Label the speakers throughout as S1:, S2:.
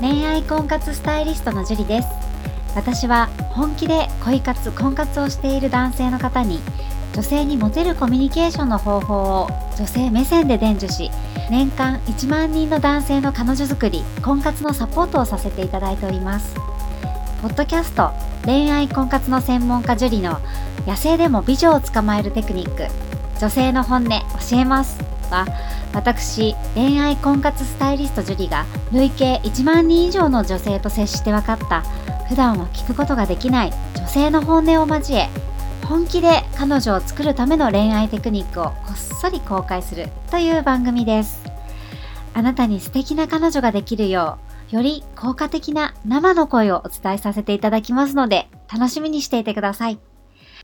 S1: 恋愛婚活スタイリストのジュリです私は本気で恋活婚活をしている男性の方に女性にモテるコミュニケーションの方法を女性目線で伝授し年間1万人の男性の彼女作り婚活のサポートをさせていただいておりますポッドキャスト恋愛婚活の専門家ジュリの野生でも美女を捕まえるテクニック女性の本音教えますは私恋愛婚活スタイリストジュリが累計1万人以上の女性と接して分かった普段は聞くことができない女性の本音を交え本気で彼女を作るための恋愛テクニックをこっそり公開するという番組ですあなたに素敵な彼女ができるようより効果的な生の声をお伝えさせていただきますので楽しみにしていてください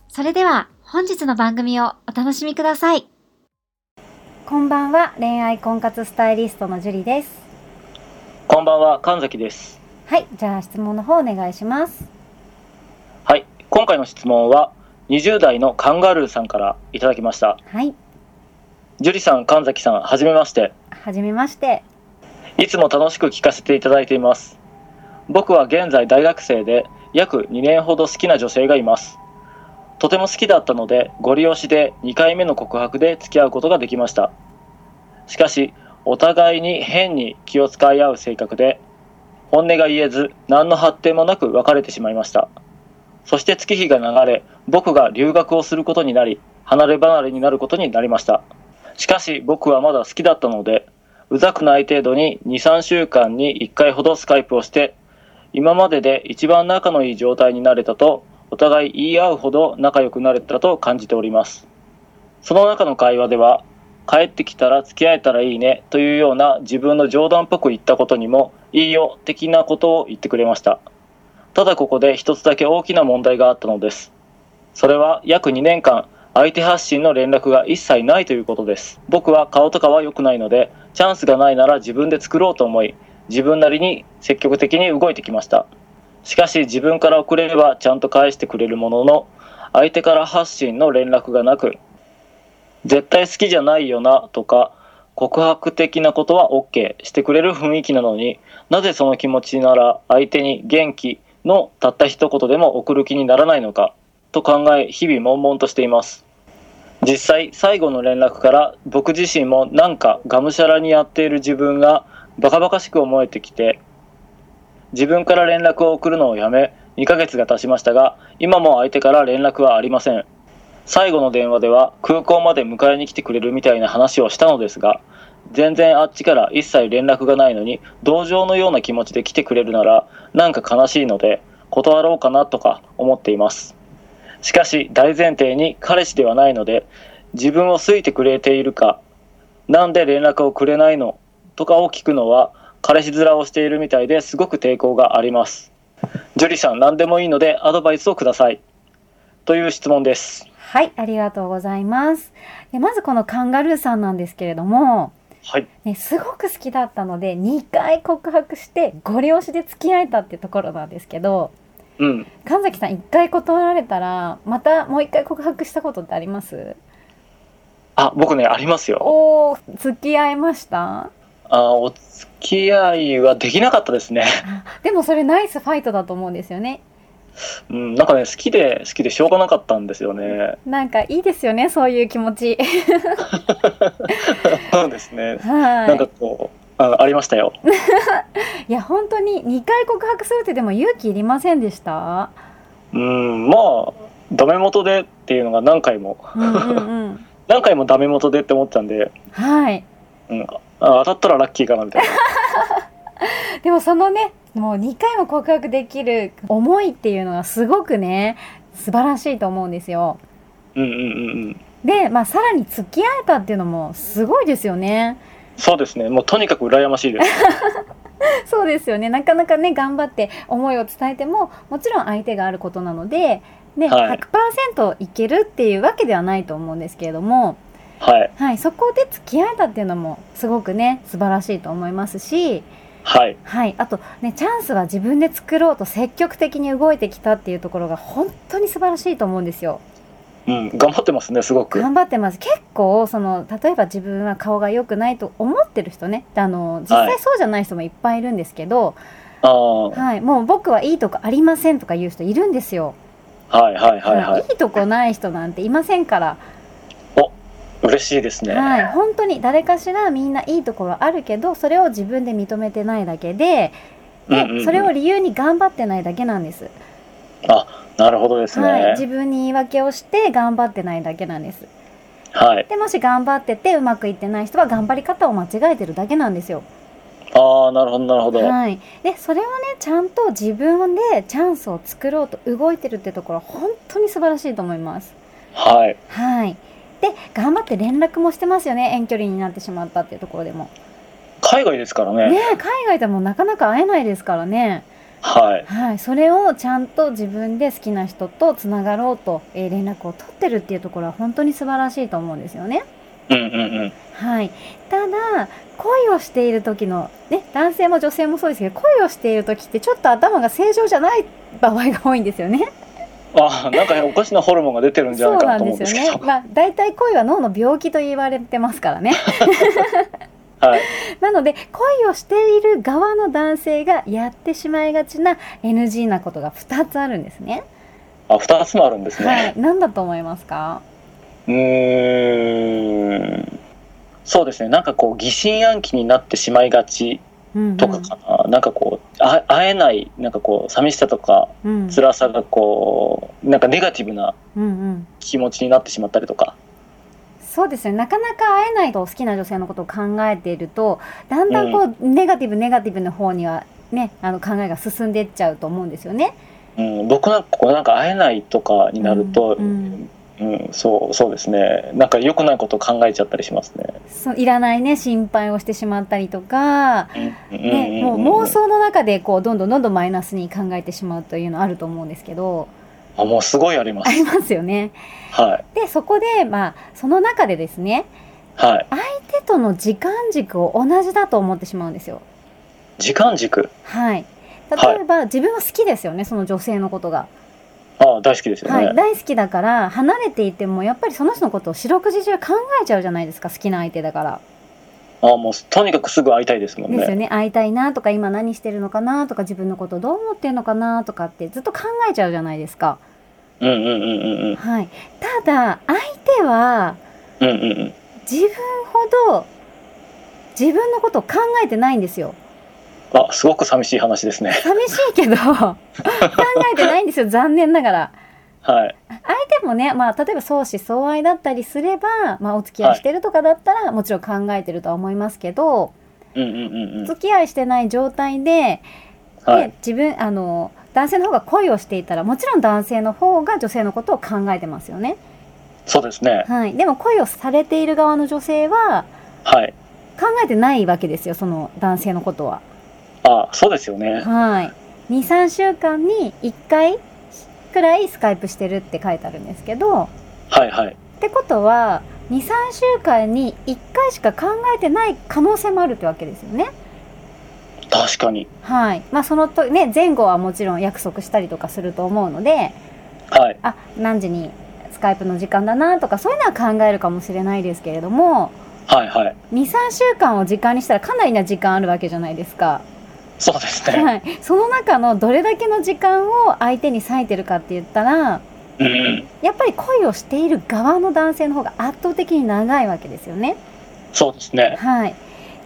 S1: それでは本日の番組をお楽しみくださいこんばんは恋愛婚活スタイリストのジュリです
S2: こんばんは、神崎です。
S1: はいじゃあ質問の方お願いします
S2: はい、今回の質問は、20代のカンガルーさんからいただきました。
S1: はい
S2: 樹里さん、神崎さん、はじめまして。
S1: はじめまして
S2: いつも楽しく聞かせていただいています。僕は現在大学生で、約2年ほど好きな女性がいます。とても好きだったので、ご利用しで2回目の告白で付き合うことができました。しかし、お互いに変に気を使い合う性格で、本音が言えず、何の発展もなく別れてしまいました。そして月日が流れ、僕が留学をすることになり、離れ離れになることになりました。しかし、僕はまだ好きだったので、うざくない程度に2、3週間に1回ほどスカイプをして、今までで一番仲のいい状態になれたと、お互い言い合うほど仲良くなれたと感じております。その中の会話では、帰ってきたら付き合えたらいいねというような自分の冗談っぽく言ったことにも、いいよ的なことを言ってくれました。ただここで一つだけ大きな問題があったのです。それは約2年間、相手発信の連絡が一切ないということです。僕は顔とかは良くないので、チャンスがないなら自分で作ろうと思い、自分なりに積極的に動いてきました。しかし自分から送れればちゃんと返してくれるものの、相手から発信の連絡がなく、絶対好きじゃないよなとか、告白的なことは OK してくれる雰囲気なのに、なぜその気持ちなら相手に元気のたった一言でも送る気にならないのかと考え日々悶々としています実際最後の連絡から僕自身もなんかがむしゃらにやっている自分がバカバカしく思えてきて自分から連絡を送るのをやめ2ヶ月が経ちましたが今も相手から連絡はありません最後の電話では空港まで迎えに来てくれるみたいな話をしたのですが全然あっちから一切連絡がないのに同情のような気持ちで来てくれるならなんか悲しいので断ろうかなとか思っていますしかし大前提に彼氏ではないので自分を好いてくれているかなんで連絡をくれないのとかを聞くのは彼氏面をしているみたいですごく抵抗があります樹里さん何でもいいのでアドバイスをくださいという質問です
S3: はい、ありがとうございます。でまずこのカンガルーさんなんですけれども、
S2: はい
S3: ね、すごく好きだったので2回告白してご了承で付き合えたってところなんですけど
S2: うん
S3: 神崎さん1回断られたらまたもう1回告白したことってあります
S2: あ僕ねありますよ
S3: おー付き合いました
S2: あお付き合いはできなかったですね
S3: でもそれナイスファイトだと思うんですよね
S2: うん、なんかね、好きで、好きでしょうがなかったんですよ ね。
S3: なんかいいですよねそういう気持ち
S2: そうですね。
S3: は
S2: なんかこう、あありましたよ。
S3: いいや本当に2回告白するってでも勇気いりませんでした
S2: うん、まあ、ダメ元でっていうのが何回も、
S3: うんうん うん
S2: 何回もダメ元でって思ってたんで、
S3: はい
S2: うん、あ当たったらラッキーかなみたい な。
S3: でもそのねもう2回も告白できる思いっていうのがすごくね素晴らしいと思うんですよ
S2: うんうんうんうん。
S3: でまあさらに付き合えたっていうのもすごいですよね
S2: そうですね。もうとにかく羨ましいです。
S3: そうですよねなかなかね頑張って思いを伝えてももちろん相手があることなので、ね
S2: はい
S3: 100%いけるっていうわけではないと思うんですけれども、
S2: はい。
S3: はい、そこで付き合えたっていうのもすごくね素晴らしいと思いますし
S2: はい。
S3: はい、あとねチャンスは自分で作ろうと積極的に動いてきたっていうところが本当に素晴らしいと思うんですよ。
S2: うん、頑張ってますね、すごく。
S3: 頑張ってます結構その例えば自分は顔が良くないと思ってる人ねあの実
S2: は
S3: 際
S2: い
S3: そうじゃない人もいっぱいいるんですけど、
S2: ああ、
S3: はいもう僕はいいとこありませんとか言う人いるんですよ、
S2: はいはいはいはい
S3: い、いとこない人なんていませんから、
S2: 嬉しいですね。
S3: はい、本当に誰かしらみんないいところあるけどそれを自分で認めてないだけで
S2: うん
S3: で、
S2: うんうん
S3: それを理由に頑張ってないだけなんです、
S2: なるほどですね。
S3: はい、
S2: はい
S3: 自。分に言い訳をして頑張ってないだけなんですでもし頑張っててうまくいってない人は頑張り方を間違えてるだけなんですよ
S2: ああ、なるほどなるほど。
S3: はい、でそれをねちゃんと自分でチャンスを作ろうと動いてるってところ本当に素晴らしいと思います。
S2: はい。
S3: はいで頑張って連絡もしてますよね遠距離になってしまったっていうところでも
S2: 海外ですからね。
S3: ねえ海外でもなかなか会えないですからね
S2: はい。
S3: はいそれをちゃんと自分で好きな人とつながろうと、えー連絡を取ってるっていうところは本当に素晴らしいと思うんですよね
S2: うんうんうん。
S3: はい、ただ恋をしている時の、ね、男性も女性もそうですけど恋をしている時ってちょっと頭が正常じゃない場合が多いんですよね。
S2: ああ、なんかおかしなホルモンが出てるんじゃ
S3: そ
S2: な
S3: う
S2: いか
S3: な
S2: なと
S3: ん
S2: 思
S3: で
S2: うん
S3: す
S2: で
S3: よ
S2: すけど。
S3: ね。まあ大体恋は脳の病気と言われてますからね。
S2: はい。
S3: なので恋をしている側の男性がやってしまいがちな NG なことが2つあるんですね。
S2: あ、二つもあるんですね。
S3: はい、何だと思いますか？
S2: うーん。そうですね。なんかこう疑心暗鬼になってしまいがち
S3: うんうん
S2: とかかな。なんかこうあ会えないなんかこう寂しさとか
S3: うん
S2: 辛さがこうなんかネガティブな
S3: うんうん。
S2: 気持ちになってしまったりとか。
S3: そうですねなかなか会えないと好きな女性のことを考えているとだんだんこう、ネガティブネガティブの方にはねあの考えが進んでいっちゃうと思うんですよね。
S2: うん。僕なんかこうなんか会えないとかになると。
S3: う
S2: うんん
S3: うん
S2: そうそうですねなんか良くないことを考えちゃったりしますね。
S3: そういらないね心配をしてしまったりとか、
S2: うん
S3: ね、も
S2: ん
S3: う妄
S2: ん
S3: 想の中でこうどんどんどんどんマイナスに考えてしまうというのあると思うんですけど
S2: あもうすごいありま
S3: あ
S2: す。
S3: りますよね。
S2: はい
S3: でそこでまあその中でですね
S2: はい。
S3: 手との時間軸を同じだと思ってしまうんですよ。
S2: 時間軸
S3: はい、
S2: はい
S3: 例えば、自分は好きですよねその女性のことが。
S2: あ大好きですよ
S3: は
S2: ね。
S3: い、大好きだから離れていてもやっぱりその人のことを四六時中考えちゃうじゃないですか好きな相手だから。
S2: あもうとにかくすぐ会いたいですもん
S3: で
S2: ね。
S3: すよね会いたいなとか今何してるのかなとか自分のことどう思ってるのかなとかってずっと考えちゃうじゃないですか。
S2: うんうんうんうんうん
S3: はい、ただ相手は
S2: うんうんうん。
S3: 自分ほど自分のことを考えてないんですよ。
S2: あすごく寂しい話ですね。
S3: 寂しいけど 考えてないんですよ残念ながら。
S2: はい
S3: でもね、まあ、例えば相思相愛だったりすれば、まあ、お付き合いしてるとかだったら、もちろん考えてるとは思いますけど、
S2: うんうんうんう
S3: お
S2: ん
S3: 付き合いしてない状態で,、
S2: はい
S3: で自分あの男性の方が恋をしていたらもちろん男性の方が女性のことを考えてますよね、
S2: そうですね
S3: はい、でも恋をされている側の女性は
S2: はい
S3: 考えてないわけですよその男性のことは。
S2: あそうですよね
S3: はい、23週間に1回くらいスカイプしてるって書いてあるんですけど。
S2: はいはい
S3: ってことは23週間に1回しか考えてない可能性もあるってわけですよね。
S2: 確かに
S3: はいまあ、そのと、ね、前後はもちろん約束したりとかすると思うので
S2: はい
S3: あ何時にスカイプの時間だなとかそういうのは考えるかもしれないですけれども
S2: はいはい
S3: 23週間を時間にしたらかなりな時間あるわけじゃないですか、
S2: そうですね、
S3: はい、その中のどれだけの時間を相手に割いてるかって言ったら
S2: うんうん
S3: やっぱり恋をしている側の男性の方が圧倒的に長いわけですよね。
S2: そうですね
S3: はい、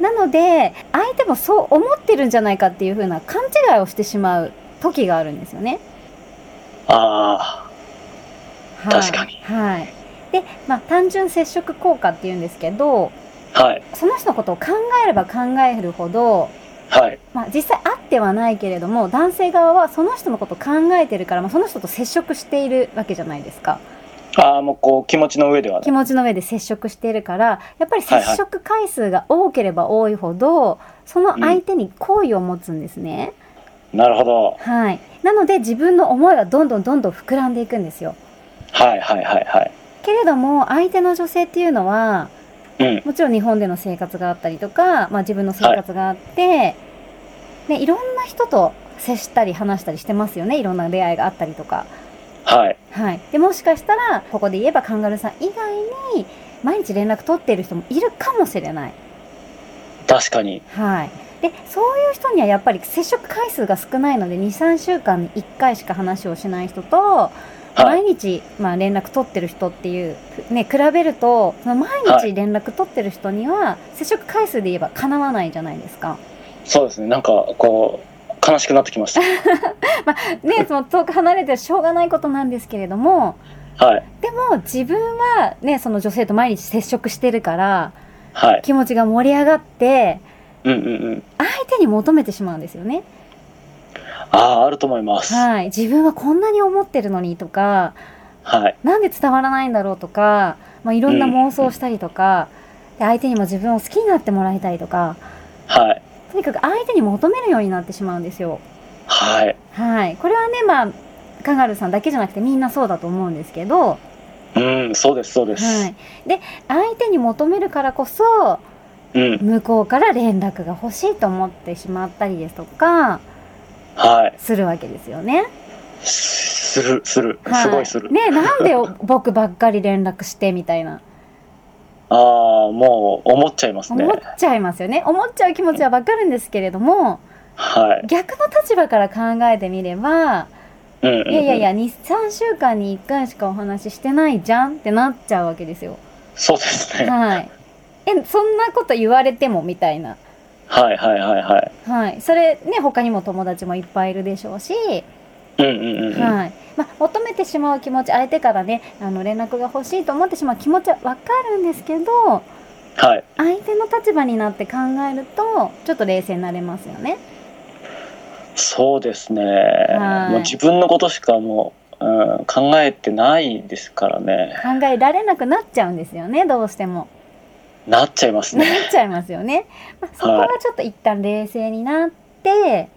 S3: なので相手もそう思ってるんじゃないかっていう風な勘違いをしてしまう時があるんですよね。
S2: あ
S3: はい、
S2: 確かに
S3: はいでまあ、単純接触効果っていうんですけど
S2: あはい
S3: その人のことを考えれば考えるほど、
S2: はい
S3: まあ、実際会ってはないけれども男性側はその人のことを考えてるから、まあ、その人と接触しているわけじゃないですか
S2: ああもうこう気持ちの上では
S3: 気
S2: ね
S3: 持ちの上で接触しているからやっぱり接触回数が多ければ多いほど、その相手に好意を持つんですね。
S2: なるほど
S3: はい、なので自分の思いはどんどんどんどん膨らんでいくんですよ
S2: はいはいはいはい
S3: けれども相手の女性っていうのは
S2: うん
S3: もちろん日本での生活があったりとか、まあ、自分の生活があって、いね、いろんな人と接したり話したりしてますよねいろんな出会いがあったりとか、
S2: はい。
S3: はい、でもしかしたらここで言えばカンガルーさん以外に毎日連絡取っている人もいるかもしれない、
S2: 確かに。
S3: はい、でそういう人にはやっぱり接触回数が少ないので23週間に1回しか話をしない人と
S2: はい。
S3: 毎日、まあ、連絡取ってる人っていう、ね、比べるとその毎日連絡取ってる人には接触回数で言えばかなわないじゃないですか。
S2: そうですね。なんか、こう、悲しくなってきまし
S3: ね、その遠く離れてしょうがないことなんですけれども
S2: た。はい。
S3: でも自分は、ね、その女性と毎日接触してるから
S2: はい。
S3: 気持ちが盛り上がって
S2: うんうんうん。
S3: 相手に求めてしまうんですよね。
S2: ああ、あると思います。は
S3: はい、自分はこんなに思ってるのにとか
S2: い。
S3: なんで伝わらないんだろうとか、まあ、いろんな妄想をしたりとか、で相手にも自分を好きになってもらいたいとか
S2: はい。
S3: とにかく相手に求めるようになってしまうんですよ。
S2: はい。
S3: はい、これはね、まあ、カンガルーさんだけじゃなくてみんなそうだと思うんですけど、
S2: うん、そうです、そうです。
S3: はい、で相手に求めるからこそ
S2: うん。
S3: 向こうから連絡が欲しいと思ってしまったりですとか
S2: はい。
S3: するわけですよね。
S2: する、する。
S3: は
S2: すごいする。
S3: ねなんで僕ばっかり連絡してみたいな
S2: ああ、もう、思っちゃいますね
S3: 思。っちゃいますよね思っちゃう気持ちはわかるんですけれども
S2: はい。
S3: 逆の立場から考えてみれば
S2: うんうん、うん。
S3: いやいやいや23週間に1回しかお話ししてないじゃんってなっちゃうわけですよ。
S2: そうですね。
S3: はい、えそんなこと言われてもみたいな。
S2: はいはいはいはい。
S3: はい、それね他にも友達もいっぱいいるでしょうし、
S2: うんうんうんうん。
S3: はいまあ、求めてしまう気持ち相手からねあの連絡が欲しいと思ってしまう気持ちはわかるんですけど
S2: はい。
S3: 相手の立場になって考えるとちょっと冷静になれますよね。
S2: そうですね。
S3: い
S2: もう自分のことしかもう、うん、考えてないですからね。
S3: 考えられなくなっちゃうんですよねどうして も。
S2: なっちゃいます
S3: なっ
S2: ね。
S3: ちゃいますよね。まあ、そこはちょっと一旦冷静になって、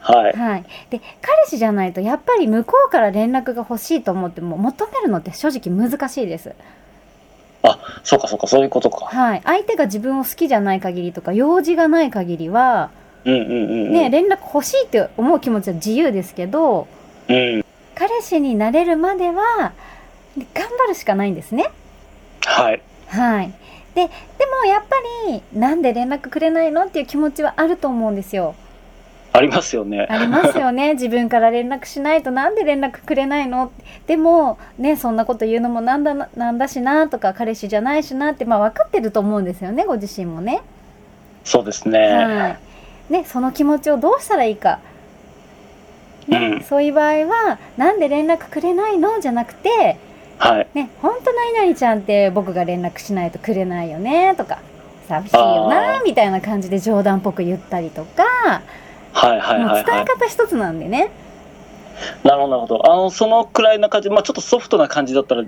S2: はい。
S3: はい、で彼氏じゃないとやっぱり向こうから連絡が欲しいと思っても求めるのって正直難しいです。
S2: あ、そうかそうか、そういうことか。
S3: はい、相手が自分を好きじゃない限りとか用事がない限りは、
S2: うんうんうんうん。
S3: ね、連絡欲しいって思う気持ちは自由ですけど
S2: うん。
S3: 彼氏になれるまでは頑張るしかないんですね。
S2: はい。
S3: はい、ででもやっぱりなんで連絡くれないのっていう気持ちはあると思うんですよ。
S2: ありますよね。
S3: ありますよね 自分から連絡しないとなんで連絡くれないのでもねそんなこと言うのもなんだななんだしなとか彼氏じゃないしなって、まあ、分かってると思うんですよねご自身もね。
S2: そうです
S3: は
S2: ね。
S3: い、ねその気持ちをどうしたらいいか、ね
S2: うん
S3: そういう場合は「なんで連絡くれないの?」じゃなくて
S2: はい。
S3: 「ね本当何々ちゃんって僕が連絡しないとくれないよね」とか「寂しいよな」みたいな感じで冗談っぽく言ったりとか、
S2: はいはい
S3: も
S2: は
S3: う
S2: い
S3: 伝
S2: は
S3: え方一つなんでね。
S2: い。なるほどなるほど。あの、そのくらいな感じ、まあちょっとソフトな感じだったらい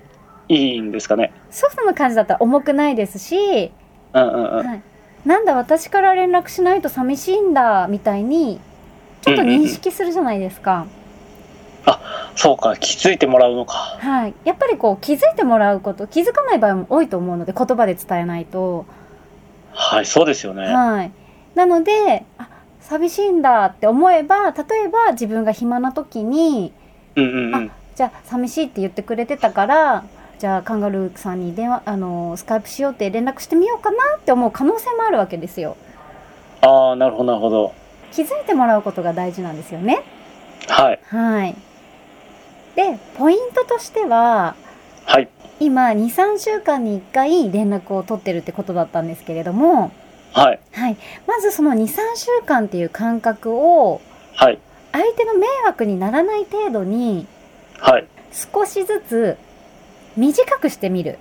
S2: いんですかね。
S3: ソフトな感じだったら重くないですし、
S2: うんうんうん。
S3: はい、なんだ私から連絡しないと寂しいんだみたいにちょっと認識するじゃないですか。
S2: そうか、気づいてもらうのか。
S3: はい、やっぱりこう気づいてもらうこと気づかない場合も多いと思うので言葉で伝えないと、
S2: はい、そうですよね。
S3: はい、なのであ寂しいんだって思えば例えば自分が暇な時に
S2: うんうんうん。
S3: じゃあ寂しいって言ってくれてたからじゃあカンガルーさんに電話あのスカイプしようって連絡してみようかなって思う可能性もあるわけですよ
S2: ああ、なるほどなるほど。
S3: 気づいてもらうことが大事なんですよね
S2: はい。
S3: はいでポイントとしては
S2: はい。
S3: 今23週間に1回連絡を取ってるってことだったんですけれども
S2: はい。
S3: はい、まずその23週間っていう間隔を
S2: はい。
S3: 相手の迷惑にならない程度に
S2: はい。
S3: 少しずつ短くしてみる、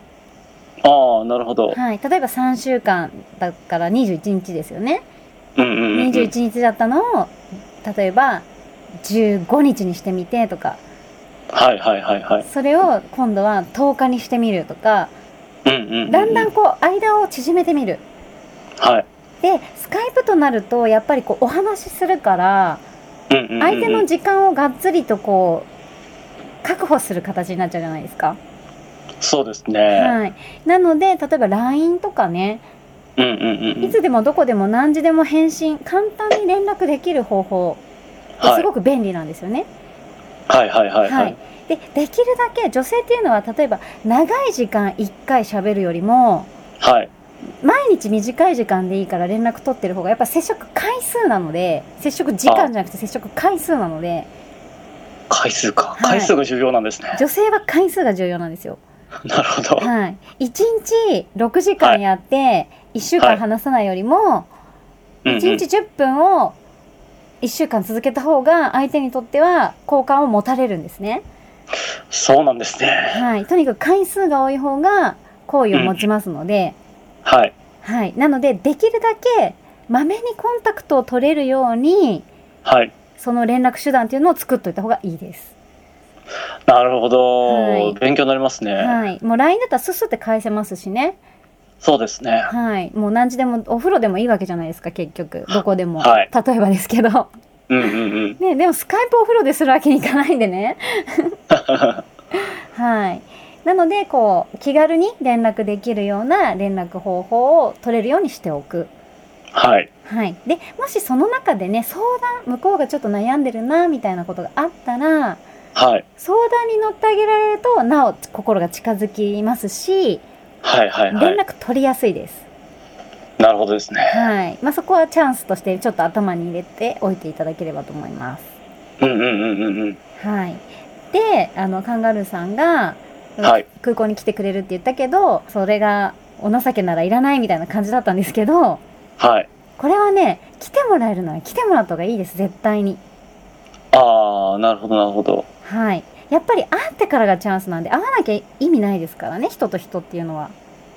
S2: ああ、なるほど。
S3: はい、例えば3週間だから21日ですよね
S2: うんうんうんうん。
S3: 21日だったのを例えば15日にしてみてとか
S2: はいはいはいはい。
S3: それを今度は10日にしてみるとか
S2: うんうんうんうん。
S3: だんだんこう間を縮めてみる
S2: はい。
S3: でスカイプとなるとやっぱりこうお話しするから
S2: うんうんうんうん。
S3: 相手の時間をがっつりとこう確保する形になっちゃうじゃないですか。
S2: そうですね。
S3: はい、なので例えば LINE とかね
S2: うんうんうんう
S3: い
S2: ん。
S3: つでもどこでも何時でも返信簡単に連絡できる方法って
S2: は
S3: す
S2: い。
S3: ごく便利なんですよね。
S2: はいはいはいは
S3: はいい。、でできるだけ女性っていうのは例えば長い時間1回しゃべるよりも
S2: はい。
S3: 毎日短い時間でいいから連絡取ってる方がやっぱ接触回数なので接触時間じゃなくて接触回数なので
S2: 回数か
S3: は。い
S2: 回数が重要なんですね。
S3: 女性は回数が重要なんですよ。
S2: なるほど。
S3: はい、1日6時間やって1週間話さないよりも
S2: うんう
S3: 1
S2: ん
S3: 日10分を1週間続けた方が相手にとっては好感を持たれるんですね。
S2: そうなんですね。
S3: はい、とにかく回数が多い方が好意を持ちますので。
S2: はい。
S3: はい、なのでできるだけまめにコンタクトを取れるように
S2: はい。
S3: その連絡手段っていうのを作っといた方がいいです。
S2: なるほど。
S3: はい
S2: 勉強になりますね。
S3: はい、もう LINE だったらスッスって返せますしね、
S2: そうですね。
S3: はい、もう何時でもお風呂でもいいわけじゃないですか結局どこでも、
S2: はい
S3: 例えばですけど、
S2: うんうんうん。
S3: ね、でもスカイプお風呂でするわけにいかないんでね、はい、なのでこう気軽に連絡できるような連絡方法を取れるようにしておく。
S2: はい。
S3: はい、でもしその中でね相談向こうがちょっと悩んでるなみたいなことがあったら
S2: はい。
S3: 相談に乗ってあげられるとなお心が近づきますし
S2: はいはい
S3: 連
S2: はい。
S3: 絡取りやすいです、
S2: なるほどですね。
S3: はいまあ、そこはチャンスとしてちょっと頭に入れておいていただければと思います、
S2: うんうんうんうんうん。
S3: はい、であのカンガルーさんが
S2: はい。
S3: 空港に来てくれるって言ったけどそれがお情けならいらないみたいな感じだったんですけど
S2: はい。
S3: これはね来てもらえるなら来てもらった方がいいです絶対に。
S2: ああ、なるほどなるほど。
S3: はい。やっぱり会ってからがチャンスなんで、会わなきゃ意味ないですからね、人と人っていうのは。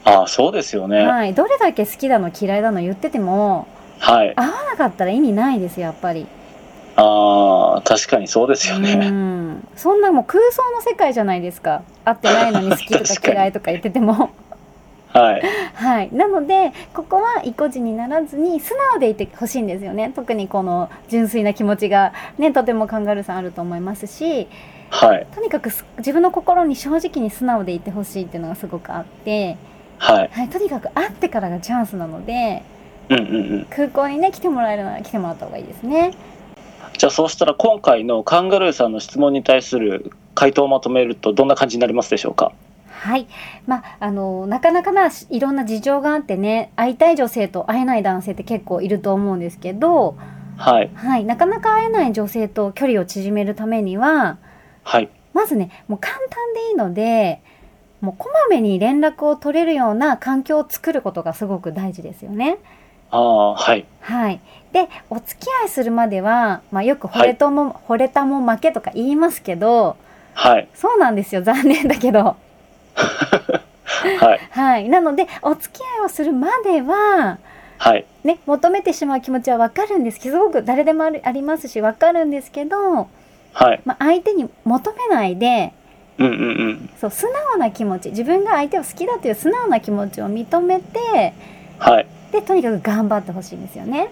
S2: ああ、そうですよね。
S3: はい。どれだけ好きだの嫌いだの言ってても、
S2: はい。
S3: 会わなかったら意味ないですよ、やっぱり。
S2: ああ、確かにそうですよ
S3: う
S2: ね。
S3: ん。そんなもう空想の世界じゃないですか。会ってないのに好きと
S2: 確
S3: か
S2: かに
S3: 嫌いとか言って ても。
S2: はい。
S3: はい。なので、ここは意固地にならずに、素直でいてほしいんですよね。特にこの純粋な気持ちが、ね、とてもカンガルーさんあると思いますし、
S2: はい。
S3: とにかくす自分の心に正直に素直でいてほしいっていうのがすごくあって、
S2: はい。
S3: はい、とにかく会ってからがチャンスなので
S2: うんうんうん。
S3: 空港にね来てもらえるなら来てもらった方がいいですね
S2: じゃあそうしたら今回のカンガルーさんの質問に対する回答をまとめるとどんな感じになりますでしょうか
S3: はいまああのなかなかないろんな事情があってね会いたい女性と会えない男性って結構いると思うんですけど、
S2: はい。
S3: はい、なかなか会えない女性と距離を縮めるためには
S2: はい。
S3: まずねもう簡単でいいのでもうこまめに連絡を取れるような環境を作ることがすごく大事ですよね。
S2: ああ、はい。
S3: はい。で、お付き合いするまでは、まあよく惚れとも、惚れたも負けとか言いますけど、
S2: はい。
S3: そうなんですよ。残念だけど。
S2: はい。
S3: はい。なので、お付き合いをするまでは、
S2: はい。
S3: ね、求めてしまう気持ちはわかるんですけど、すごく誰でもあるありますし、わかるんですけど、
S2: はい。
S3: まあ相手に求めないで、
S2: うんうんうん。
S3: そう、素直な気持ち、自分が相手を好きだという素直な気持ちを認めて、
S2: はい。
S3: で、とにかく頑張ってほしいんですよね。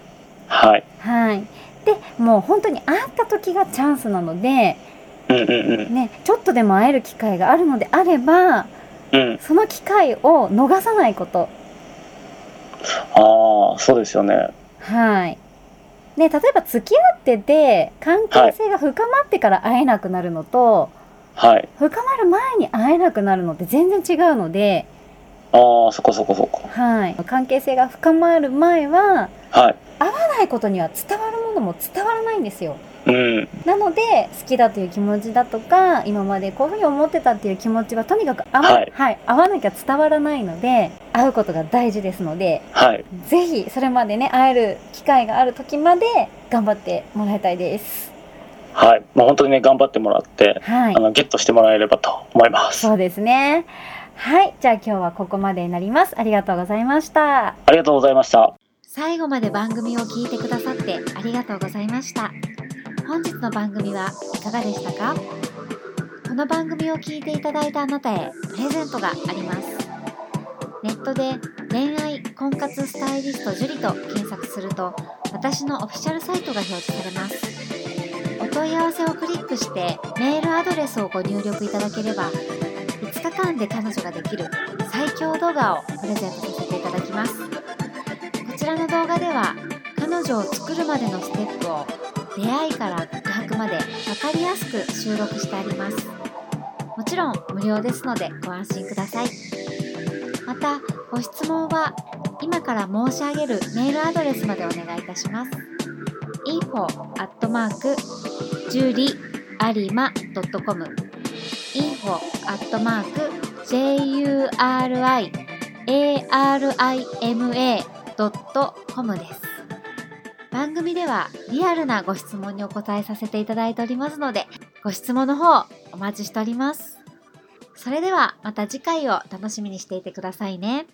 S2: はい。
S3: はい。で、もう本当に会った時がチャンスなので、
S2: うんうんうん。
S3: ね、ちょっとでも会える機会があるのであれば
S2: うん。
S3: その機会を逃さないこと
S2: ああ、そうですよね。
S3: はい、ね、例えば付き合ってて関係性が深まってから会えなくなるのと、
S2: はい。
S3: 深まる前に会えなくなるのって全然違うので、
S2: ああ、そこそこそこ。
S3: はい、関係性が深まる前は
S2: はい。
S3: 会わないことには伝わるものも伝わらないんですよ
S2: うん。
S3: なので好きだという気持ちだとか今までこういうふうに思ってたっていう気持ちはとにかく会わ,、
S2: はい
S3: はい、会わなきゃ伝わらないので会うことが大事ですので
S2: はい。
S3: ぜひそれまでね会える機会がある時まで頑張ってもらいたいです。
S2: はい。もう本当にね、頑張ってもらって、
S3: はい
S2: あ、の、ゲットしてもらえればと思います。
S3: そうですね。はい、じゃあ今日はここまでになります。ありがとうございました。
S2: ありがとうございました。
S1: 最後まで番組を聞いてくださってありがとうございました本日の番組はいかがでしたかこの番組を聞いていただいたあなたへプレゼントがありますネットで恋愛婚活スタイリストジュリと検索すると私のオフィシャルサイトが表示されますお問い合わせをクリックしてメールアドレスをご入力いただければ5日間で彼女ができる最強動画をプレゼントさせていただきますこちらの動画では彼女を作るまでのステップを出会いから告白までまでわかりやすく収録してあります。もちろん無料ですのでご安心ください。また、ご質問は今から申し上げるメールアドレスまでお願いいたします。info juriarima.com info juriarima.com です。番組ではリアルなご質問にお答えさせていただいておりますので、ご質問の方お待ちしております。それではまた次回を楽しみにしていてくださいね。